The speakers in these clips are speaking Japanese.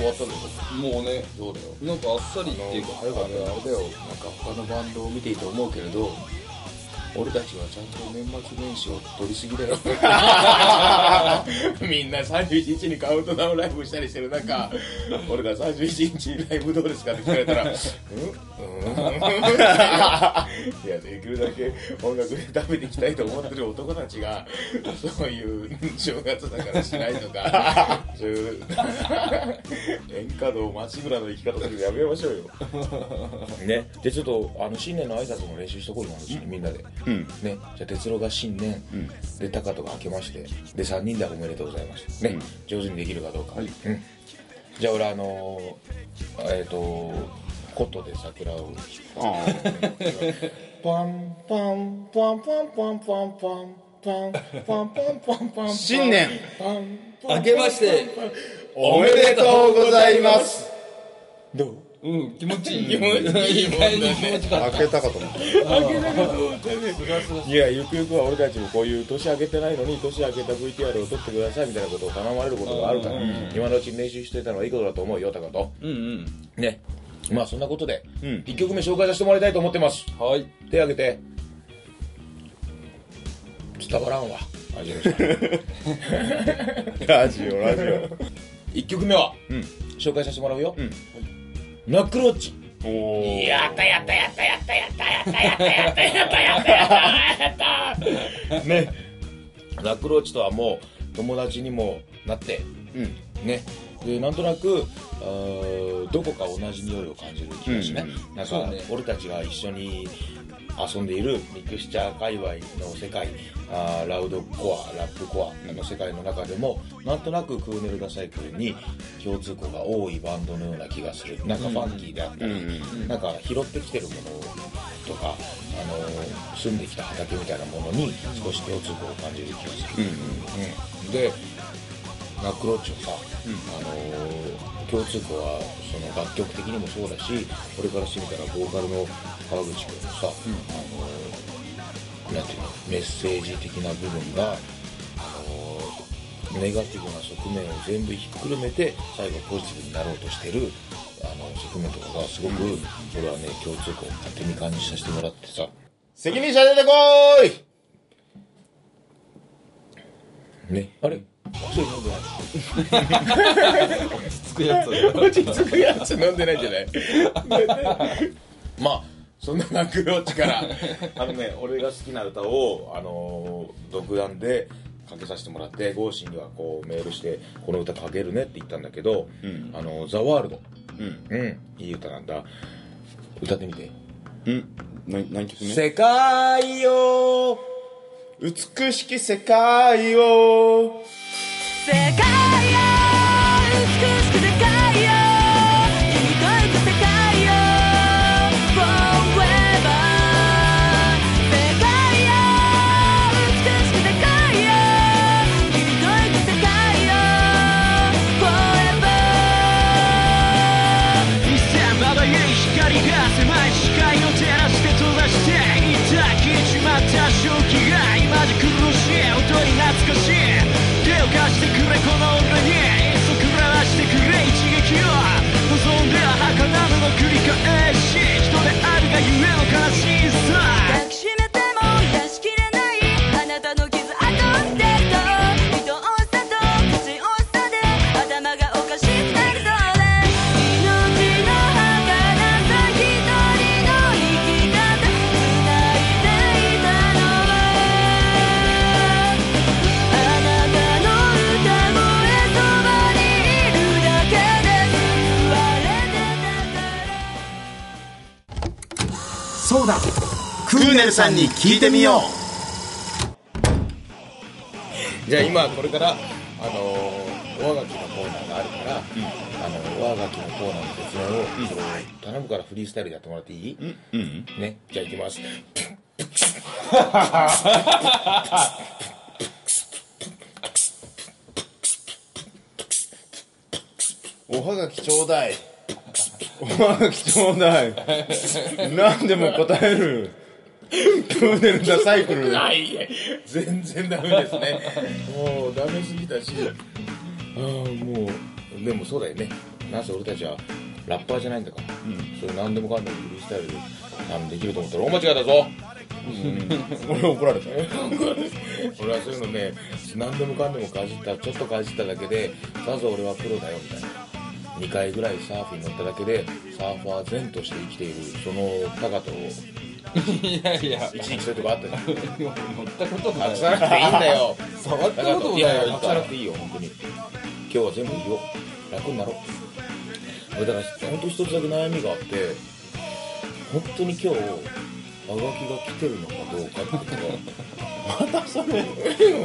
もうねどうだよなんかあっさりっあのていうか早かあったれあよれだよなんか他のバンドを見ていて思うけれど俺たちはちゃんと年末年始を取りすぎだよみんな31日にカウントダウンライブしたりしてる中俺が31日にライブどうですかって聞かれたら「うんうん」いやできるだけ音楽で食べていきたいと思ってる男たちがそういう正月だからしないとかそういう演歌道街村の生き方するのやめましょうよね、でちょっとあの新年の挨拶も練習しとこうよ、みんなで、うんね、じゃあ哲郎が新年、んでタカトが明けましてで3人でおめでとうございました、ねうん上手にできるかどうか、はいうん、じゃあ俺あのーえっ、と琴で桜をああパンパンパンパンパンパンパンパンパンパンパンパン新年パンパン明けましておめでとうございますどううん気持ちいい 気持ちいいもんだね気持ちかっ開けたかと思ったいやゆくゆくは俺たちもこういう年明けてないのに年明けた VTR を撮ってくださいみたいなことを頼まれることがあるから、今のうちに練習していたのはいいことだと思うよ高とたうんうんねまあそんなことで、ん一1曲目紹介させてもらいたいと思ってますはい手挙げて伝わらんわあじゃあラジオラジオ1曲目は、ん紹介させてもらうよ、んナックロッチやったやったやったやったやったやったやったやったねナックローチとはもう友達にもなってねでなんとなくあーどこか同じ匂いを感じる気がしね、なんそうか、ね俺たちが一緒に遊んでいるミクスチャー界隈の世界あーラウドコアラップコアの世界の中でもなんとなくクーネルダサイクルに共通項が多いバンドのような気がするなんかファンキーであったり、なんか拾ってきてるものとか、あのー住んできた畑みたいなものに少し共通項を感じる気がする、うんでナックロッチはさ、あのー共通項はその楽曲的にもそうだしこれからしてみたらボーカルの川口君のさ、あのーなんていうのメッセージ的な部分が、あのーネガティブな側面を全部ひっくるめて最後ポジティブになろうとしてるあの側面とかがすごく、俺はね共通項を勝手に感じさせてもらってさ責任者出てこーいねあれそういうのがつくやつ落ち着くやつ飲んでないんじゃないまあそんなナクロッチからあのね俺が好きな歌をあのー独断でかけさせてもらってゴーシンにはこうメールして「この歌かけるね」って言ったんだけど「んあのザワールドうんうんいい歌なんだ歌ってみてうん何何曲目世界を美しき世界を世界よ美しく世界よ醜い世界よ Forever 世界よ美しく世界よ醜い世界よい Forever ざまばゆい光が狭い視界を照らして閉ざしていたきちまった正気が今じ苦しい音に懐かしい手を貸してくれこの俺にいっそくらわしてくれ一撃を望んでは儚むの繰り返し人であるがゆえの悲しさ抱きしめても出しきれないあなたの傷跡ってと人をさと口をさで頭がおかしくなるそれ命の儚さ一人の生き方繋いでいたのはあなたの歌声そばにいるだけです言われてたからそうだクーネルさんに聞いてみようじゃあ今これからあのー、和楽器のコーナーがあるから、あの和楽器のコーナーの説明を、それを頼むからフリースタイルでやってもらっていい、ねじゃあ行きますおはがきちょうだいおはがきちょうだい何でも答えるクーネルダサイクルない全然ダメですねもうダメすぎたしああもうでもそうだよねなんせ俺たちはラッパーじゃないんだから、そういう何でもかんでもフリースタイルであのできると思ったら大間違いだぞ 俺怒られた俺はそういうのね何でもかんでもかじったちょっとかじっただけでさぞ俺はプロだよみたいな2回ぐらいサーフィン乗っただけでサーファー前として生きているその高といやいや一時期そういうとこあったじゃん乗ったこともな隠いさなくていいんだよ触ったこともないいやいや隠さなくていいよ本当に今日は全部言おう楽になろう俺だから本当一つだけ悩みがあって本当に今日あがきが来てるのかどうかっていうのがまたそれ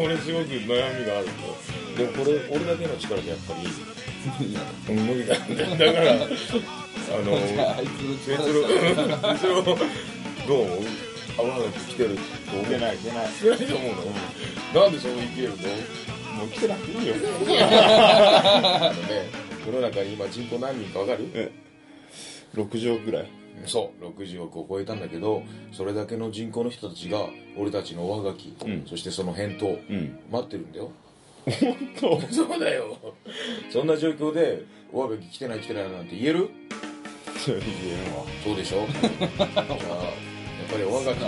俺すごく悩みがあるのでもこれ俺だけの力じゃやっぱり 無理なんだよだからあ のあいつ別のの力 別のどう思うあわな来てると思う出ない出ない少ないと思うのなんでそう言ってるのもう来てなくていいよあのね世の中に今人口何人かわかる6畳ぐらいそう60億を超えたんだけどそれだけの人口の人たちが俺たちの上書き、んそしてその返答、ん待ってるんだよと そうだよそんな状況で上書き来てない来てないなんて言えるそう言えんわそうでしょじゃあやっぱりおはがきって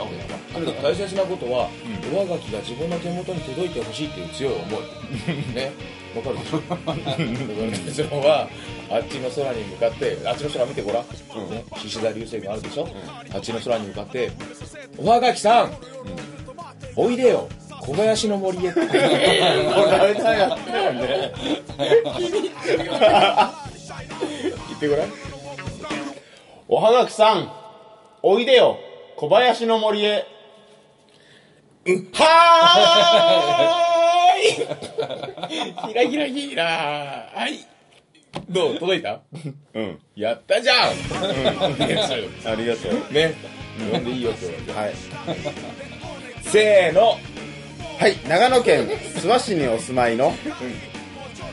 とにかく大切なことは、おはがきが自分の手元に届いてほしいっていう強い思いねわかるでしょだから哲郎はあっちの空に向かってあっちの空見てごらん、ね、岸田流星があるでしょ、あっちの空に向かって「おはがきさん、おいでよ小林の森へ」ってこれだよ言ってごらんおはがきさん、おいでよ、小林の森へ。はーい ひらひらひらはいどう届いたうんやったじゃん、うん、いやそうよありがとうね読んでいいよって言われてはい。せーのはい、長野県諏訪市にお住まいの、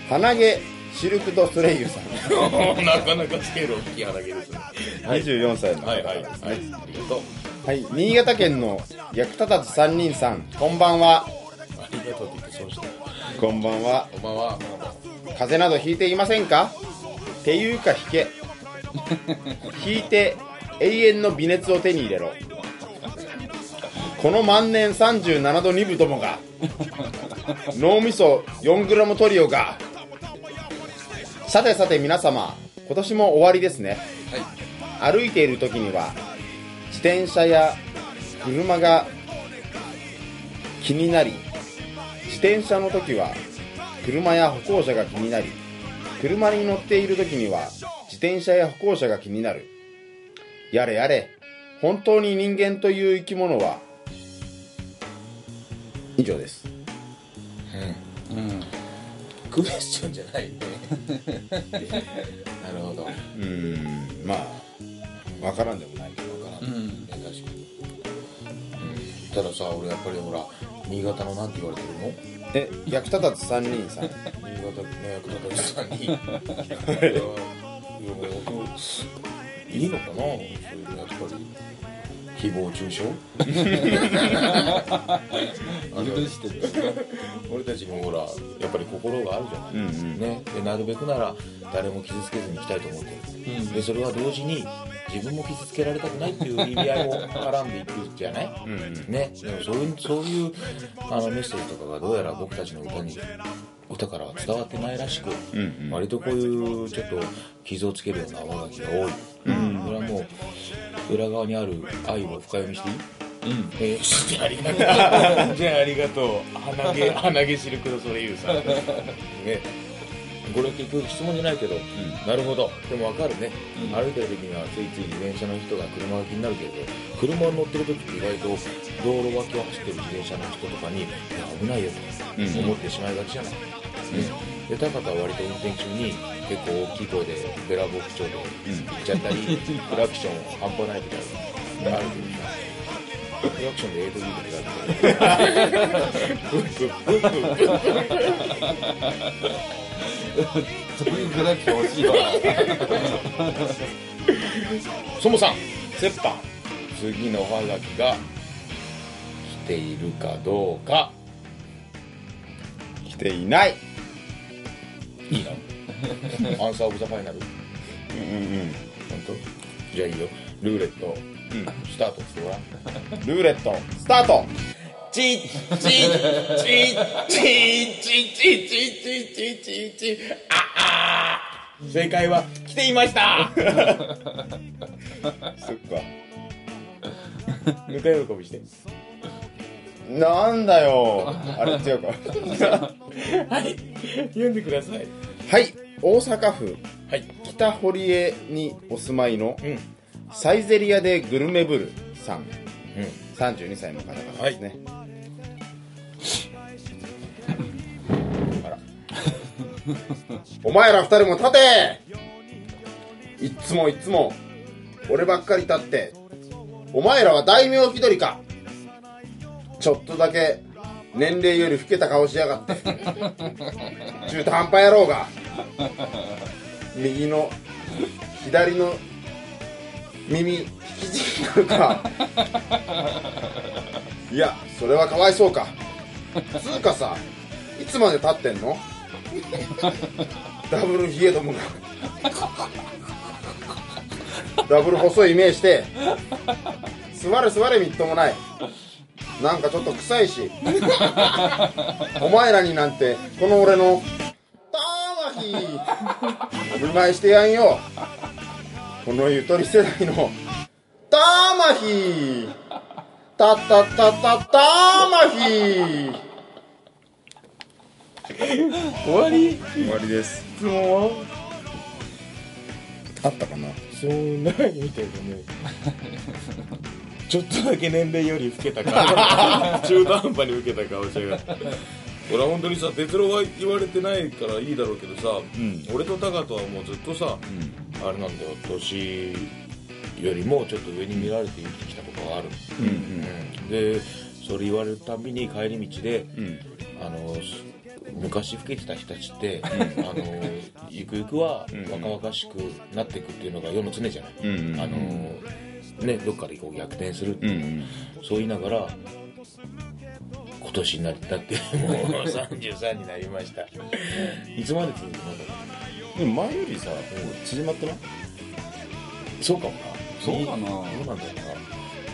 鼻毛シルクドソレイユさん、 なかなかスケール大きい鼻毛ですね24歳の方はいはいではいすね。ありがとうはい、新潟県の役立たず3人さん、こんばんは。ありがとうって言って損したこんばんは。おまは風邪などひいていませんかっていうか引け引いて永遠の微熱を手に入れろこの万年37度2分どもが脳みそ 4g トリオがさてさて皆様今年も終わりですね、歩いている時には自転車や車が気になり自転車の時は車や歩行者が気になり車に乗っている時には自転車や歩行者が気になるやれやれ本当に人間という生き物は以上ですクエスチョンじゃないねなるほどうーんまあわからんでもないけどうん、確かに、うん、たださ俺やっぱりほら新潟のなんて言われてるのえ役立たず3人さん新潟ね役立たずさんに いやいやいいのかなそういうのやっぱり誹謗中傷あの許してる俺たちもほらやっぱり心があるじゃない、ね、でなるべくなら誰も傷つけずにいきたいと思ってる、でそれは同時に自分も傷つけられたくないっていう意味合いも絡んでいくじゃない、ね、でもそういうそういうあのメッセージとかがどうやら僕たちの歌に歌からは伝わってないらしく、割とこういうちょっと傷をつけるような我がきが多い、これはもう裏側にある愛を深読みしていいえー、じゃあありがとう じゃあありがとう鼻 毛鼻毛シルクドソレイユさんねこれ結局質問じゃないけど、なるほどでもわかるね、歩いてる時にはついつい自転車の人が車が気になるけれど車に乗ってる時って意外と道路脇を走ってる自転車の人とかにいや危ないよと思ってしまいがちじゃない、ね、で高田は割と運転中に結構大きい声でベラボク調で行っちゃったり、クラクション半端ないみたいなあるけどさリアクションで AV とかそういうグラフィック欲しいわそもさん 折半次のおはがきが来ているかどうか来ていないいいのアンサーオブザファイナル本当じゃあいいよルーレット、スタートしてごらんルーレットスタートチッチッチッチッチッチッチッチッチッチッチッチッああ正解は来ていましたそっかぬか喜びしてなんだよあれ違うかはい読んでくださいはい大阪府はい北堀江にお住まいの、んサイゼリアでグルメブルさん、32歳の方からですね、あらお前ら二人も立ていっつもいっつも俺ばっかり立ってお前らは大名気取りかちょっとだけ年齢より老けた顔しやがって中途半端野郎が右の左の耳引きちぎるかいやそれはかわいそうかつうかさいつまで立ってんのダブルヒゲどもがダブル細いイメージして座れ座れみっともないなんかちょっと臭いしお前らになんてこの俺のたーわひお見舞いしてやんよこのゆとり世代のたまひたたたたたまひ終わり終わりです質問はあったかな そうないみたいだねちょっとだけ年齢より老け た顔中途半端に老けた顔しやがって俺は本当にさ哲郎は言われてないからいいだろうけどさ、俺とタカとはもうずっとさ、あれなんだよ年よりもちょっと上に見られて生きてきたことがある、うんでそれ言われるたびに帰り道で、あのす昔老けてた人たちって、あのゆくゆくは若々しくなっていくっていうのが世の常じゃない、あのね、どっかでこう逆転するっていう、そう言いながら今年になりたってもう33になりましたいつまで続くのかなでも前よりさ縮まってないそうかもなそうかなどうなんだろうな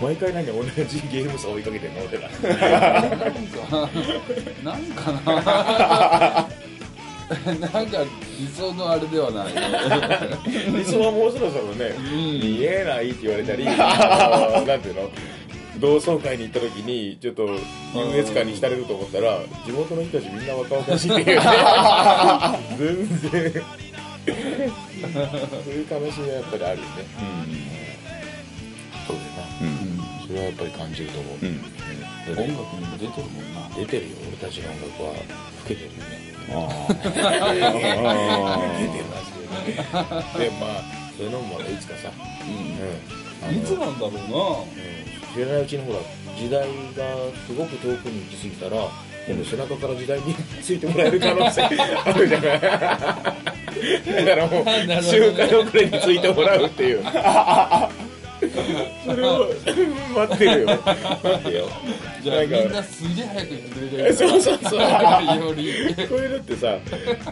毎回何か同じゲーム差追いかけてるの俺らなんかななんか理想のあれではない理想はもうそろそろね見えないって言われた りあのなんていうの同窓会に行った時にちょっと優越感に浸れると思ったら地元の人たちみんな若々しいって いうね全然そういう悲しみはやっぱりあるよねそうだよな、それはやっぱり感じると思う、音楽にも出てるもんな出てるよ俺たちの音楽は老けてるよね 出てますよ ねでまあそういうのもまたいつかさ、うんあのいつなんだろ知らないうちにほら時代がすごく遠くに行き過ぎたら、でも背中から時代についてもらえる可能性あるじゃないだからもうなるほどね周回遅れについてもらうっていう それを待って るよ待ってようなじゃあなんかみんなすげえ早く行ってくれるそうそう そうよりこういうのってさ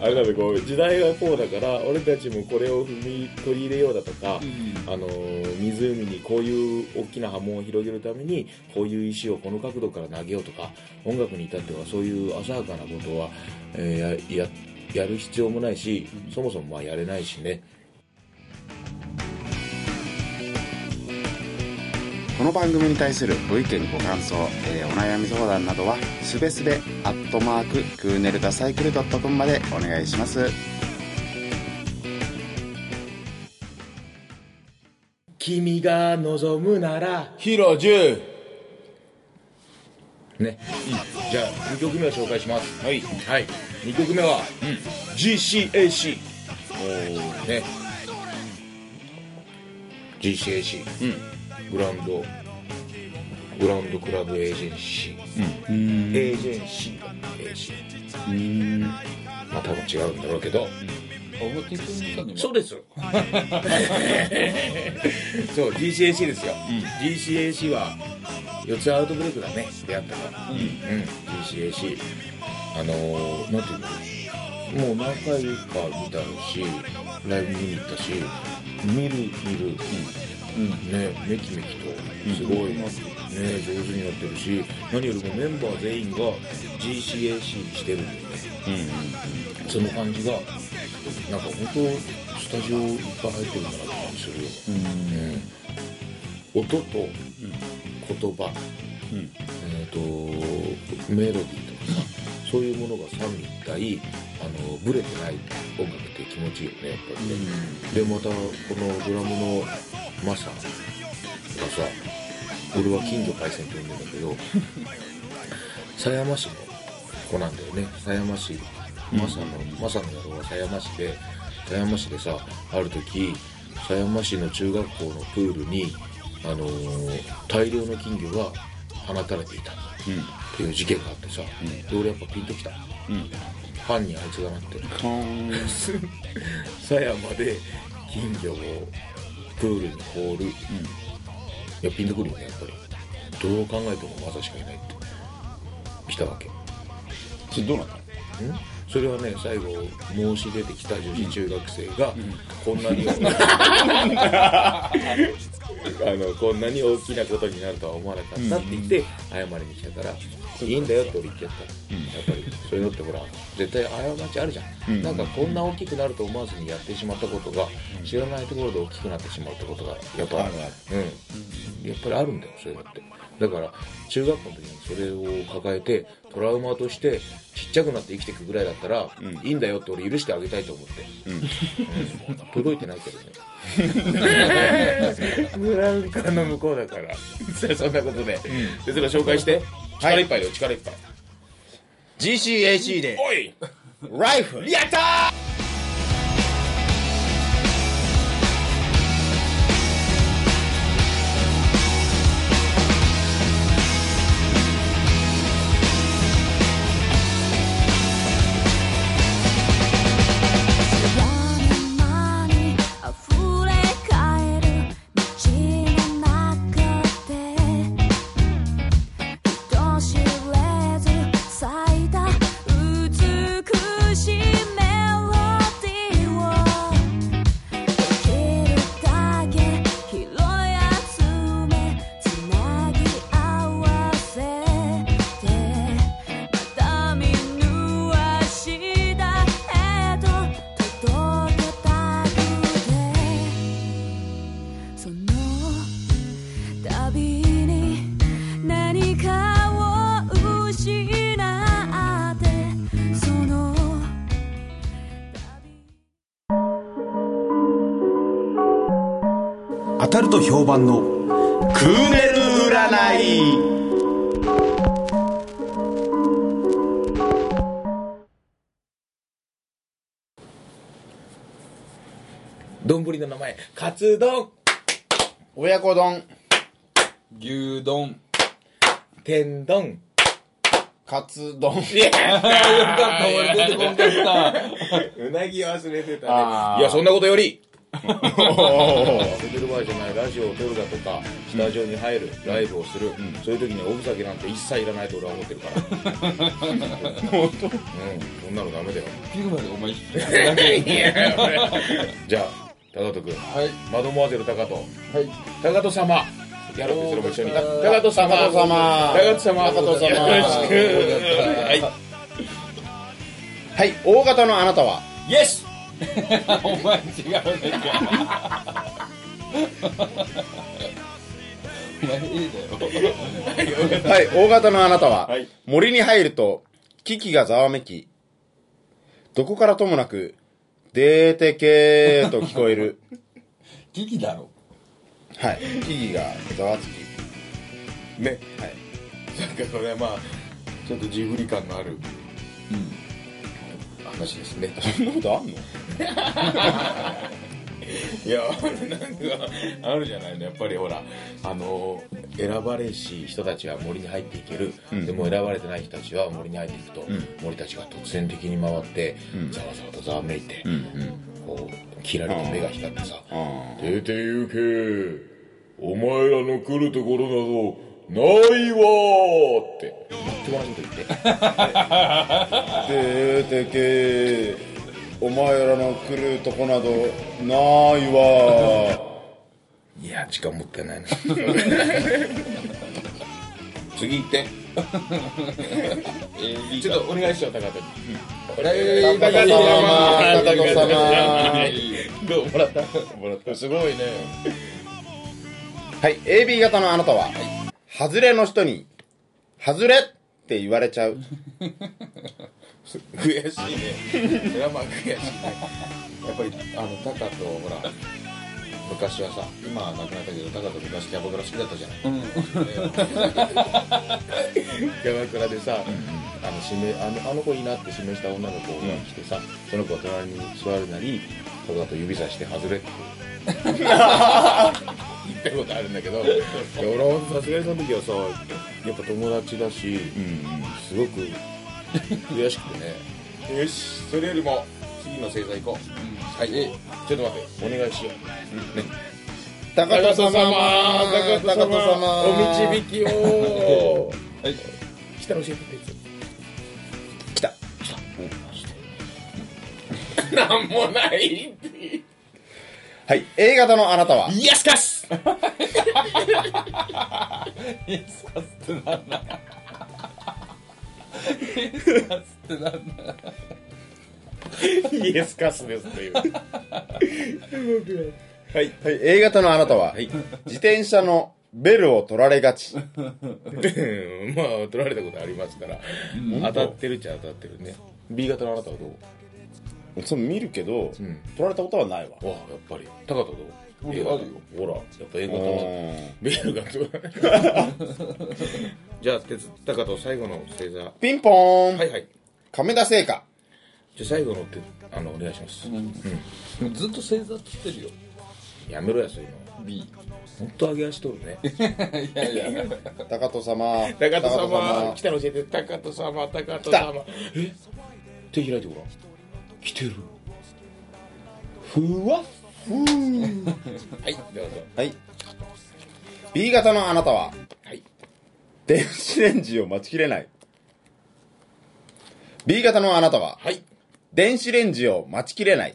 あれだこう時代はこうだから俺たちもこれを踏み取り入れようだとか、あのー湖にこういう大きな波紋を広げるためにこういう石をこの角度から投げようとか音楽に至ってはそういう浅はかなことは、えーやややる必要もないしそもそもまあやれないしねこの番組に対するご意見ご感想、えーお悩み相談などはすべすべアットマーククーネルダサイクルドットコムまでお願いします君が望むならヒロ10ね、じゃあ2曲目を紹介しますはい、はい、2曲目は、GCAC おね GCAC、グランドグランドクラブエージェンシー、エージェンシーが AC まあ多分違うんだろうけど、おごてくれたのそうですそう GCAC ですよ、GCAC は四つアウトブレイクだね出会ったのうん、GCAC あのー、なんていうのもう何回か見たしライブ見に行ったし見る見る、うんねめきめきとすごい、ね上手になってるし何よりもメンバー全員が GCAC してるんで、ねその感じがなんか本当スタジオいっぱい入ってるんだなって感じするよ、ね音と言葉、えー、とメロディーとかさそういうものが三位一体あのブレてない音楽って気持ちいいよねやっぱりね、でまたこのドラムのマサがさ俺は金魚パイセンと呼んでんだけど狭山市の子なんだよね狭山市マサの、マサの野郎は狭山市で狭山市でさある時狭山市の中学校のプールに、あのー大量の金魚が放たれていたっていう事件があってさ、で俺やっぱピンときた、犯人あいつだなって狭山で金魚をプールに放る、いやピンとくるよねやっぱりどう考えてもマサしかいないって来たわけそれどうなったのそれはね最後申し出てきた女子中学生が、こんなにあのこんなに大きなことになるとは思わなかったって言って謝りに来たから、いいんだよって俺言ってやった、やっぱりそういうのってほら絶対過ちあるじゃん、なんかこんな大きくなると思わずにやってしまったことが、知らないところで大きくなってしまうってことがやっぱあるあうんやっぱりあるんだよそういうのってだから中学校の時にそれを抱えてトラウマとしてちっちゃくなって生きていくぐらいだったら、いいんだよって俺許してあげたいと思って、うん届いてないけどねブラウン管の向こうだからそ れそんなことで、でそれ紹介して力いっぱいだよ力いっぱい GCAC でおいライフやった「山にあふれかえる道の中で」「人知れず咲いた美しいメロディーを」「できるだけ拾い集めつなぎ合わせて」「また見ぬ足だへと届けたくて」「その度に何かを失って」「その当たると評判のクーネル占い丼の名前カツ丼親子丼牛丼。天丼カツ丼あ、よかった、俺出てこん かった。うなぎ忘れてたねあーいやそんなことよりおー出てる場合じゃないラジオを撮るだとかスタジオに入る、ライブをする、そういう時におふざけなんて一切いらないと俺は思ってるから本当うんそんなのダメだよピグまでお前引き出せだけ。じゃあ高門君はい。マドモアゼル高門はい。高門様やろうそれも一緒に高門様高門様高門様高門様よろしくはいはい大型のあなたはイエスお前違うね。お前 A だよ。はい大型のあなたは、はい森に入ると危機がざわめきどこからともなく「出てけ」と聞こえる危機だろ。はい木々がざわつきねなんかこれはまあちょっとジブリ感のある話ですねそんなことあんのいやなんかあるじゃないのやっぱりほらあの選ばれし人たちは森に入っていける、でも選ばれてない人たちは森に入っていくと、森たちが突然的に回って、ざわざわとざわめいて、こうキラリと目が光ってさ「出て行けお前らの来るところなどないわ」ってっと同じこと言って「てけてけお前らの来るとこなどないわいや時間もったいないな次行 って。ちょっとお願いしよう、高田君。」 「高田様高田様どうもらったすごいね」はい AB 型のあなたは外れの人に「外れ!」って言われちゃう悔しいね。それはまあ悔しいね。やっぱり、あの、タカと、ほら、昔はさ、今は亡くなったけど、タカと昔キャバクラ好きだったじゃない。キャバクラでさ、あの指名あのあの子いいなって指名した女の子が来てさ、その子が隣に座るなりここだと指さして外れって行ったことあるんだけど、いや俺はさすがにその時はさやっぱ友達だし、すごく悔しくてねよし、それよりも、次の星座行こう。はい、えちょっと待って、お願いしよう。高高田田様様高田様高田様お導きをはい来たら教えてくれいつ来た来たなんもないはい A 型のあなたはイエスカスイエスカスってなんだイエスカスってなんだ イエスカスですというはい A 型のあなたは、自転車のベルを取られがちまあ取られたことありますから当たってるっちゃ当たってるね B 型のあなたはどう そう見るけど、ん取られたことはないわわあやっぱり高田どう俺 A 型あるよほらやっぱ A 型はベールが取られる じゃあ鉄高田最後の星座はピンポーン、いはい亀田製菓じゃあ最後のってあのお願いします、でもずっと星座って言ってるよやめろやそういうの B 本当上げ足取るねいやいや高戸様高高田戸様様来たら教えて高田様高田様え手開いてごらん来てるふわっふ ーはいどうぞはい B 型のあなたははい電子レンジを待ちきれない B 型のあなたははい電子レンジを待ちきれない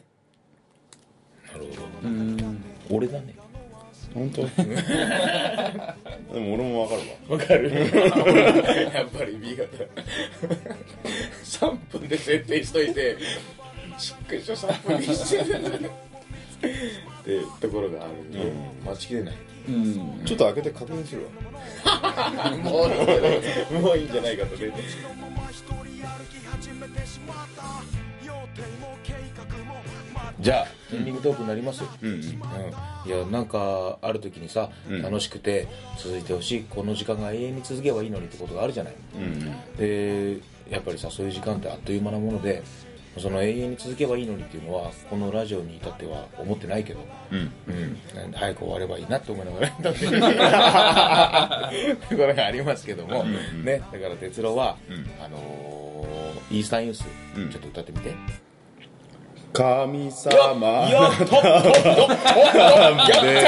なるほど俺だね本当 でも俺もわかるわわか るやっぱり B 型3分で設定しといてしっくりしょ3分に してってところがあるんで、待ちきれないちょっと開けて確認するわもういいんじゃないもういいんじゃないかとねじゃあエンディングトークになりますうん、いやなんかある時にさ、楽しくて続いてほしいこの時間が永遠に続けばいいのにってことがあるじゃない、でやっぱりさそういう時間ってあっという間なものでその永遠に続けばいいのにっていうのはこのラジオに至っては思ってないけど、うん早く終わればいいなって思いながらだって ところがありますけども、ね、だから哲郎は、あのーイースタンユース、ちょっと歌ってみて。神様よっとっとっとっとで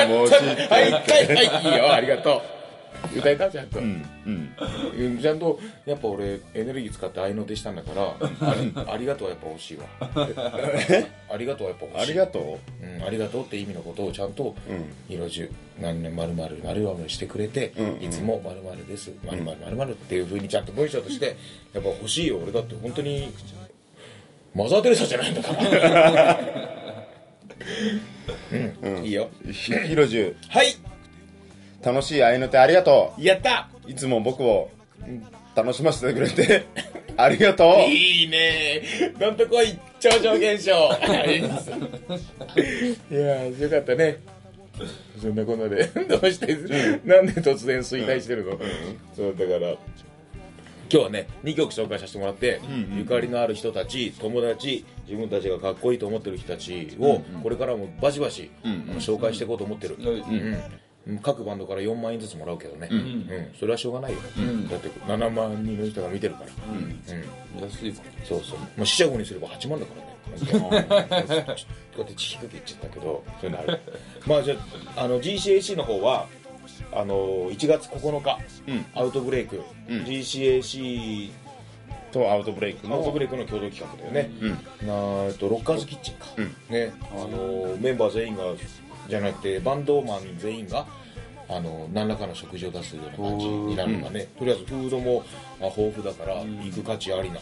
も知ってはいはいはいいいよありがとう歌えたちゃんと、うんちゃんとやっぱ俺エネルギー使って愛の手したんだからありありがとうはやっぱ欲 しいわありがとうはやっぱあ欲しりいがとうん、ありがとうって意味のことをちゃんと色中何年まるまるまるまるしてくれて、いつもまるまるですまるまるまるまるっていうふうにちゃんと文章としてやっぱ欲しいよ俺だって本当にマザー・テレサじゃないんだからうん、いいようひひろじゅはい楽しい愛の手ありがとやったういつも僕をうん楽しませてくれて ありがとういいねなんとこい超常現 象いやーよかったねそんなこんなで どうして、なんで突然衰退してるの、そうだから今日はね2曲紹介させてもらって、ゆかりのある人たち友達自分たちがかっこいいと思ってる人たちを、これからもバシバシ、あの紹介していこうと思ってる、うん各バンドから4万円ずつもらうけどね、うんそれはしょうがないよ、だって7万人の人が見てるから、うん安いわそうそう、まあ、四捨五入すれば8万だからねこうやってち低く言っちゃったけどそういうのあるまあじゃああの GCAC の方はあの1月9日、うんアウトブレイク、ん GCAC とアウトブレイクアウトのブレイクの共同企画だよね、うんなーえっとロッカーズキッチンか、ねあのメンバー全員がじゃなくてバンドマン全員があの何らかの食事を出すような感じになるのがね、とりあえずフードもあ豊富だから行く価値ありな、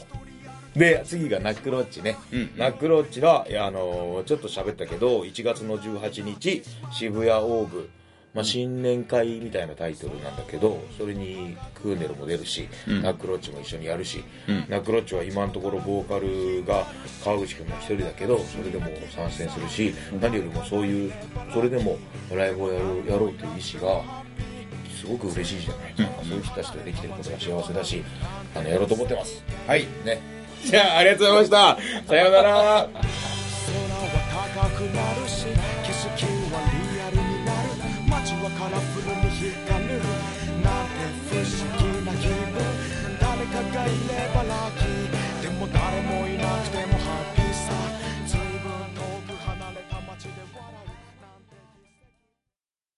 で次がナックロッチね、ナックロッチはいやあのちょっと喋ったけど1月の18日渋谷オーブまあ、新年会みたいなタイトルなんだけどそれにクーネルも出るし、ナックロッチも一緒にやるし、ナックロッチは今のところボーカルが川口君の一人だけどそれでも参戦するし、何よりもそういうそれでもライブをやろうやろうという意思がすごく嬉しいじゃないですか、そういう人たちとできてることが幸せだしあのやろうと思ってますはいねじゃあありがとうございましたさようなら空は高くなるし景色はリアルになる街はカラフルに光るなんて不思議な気分誰かがいればラッキー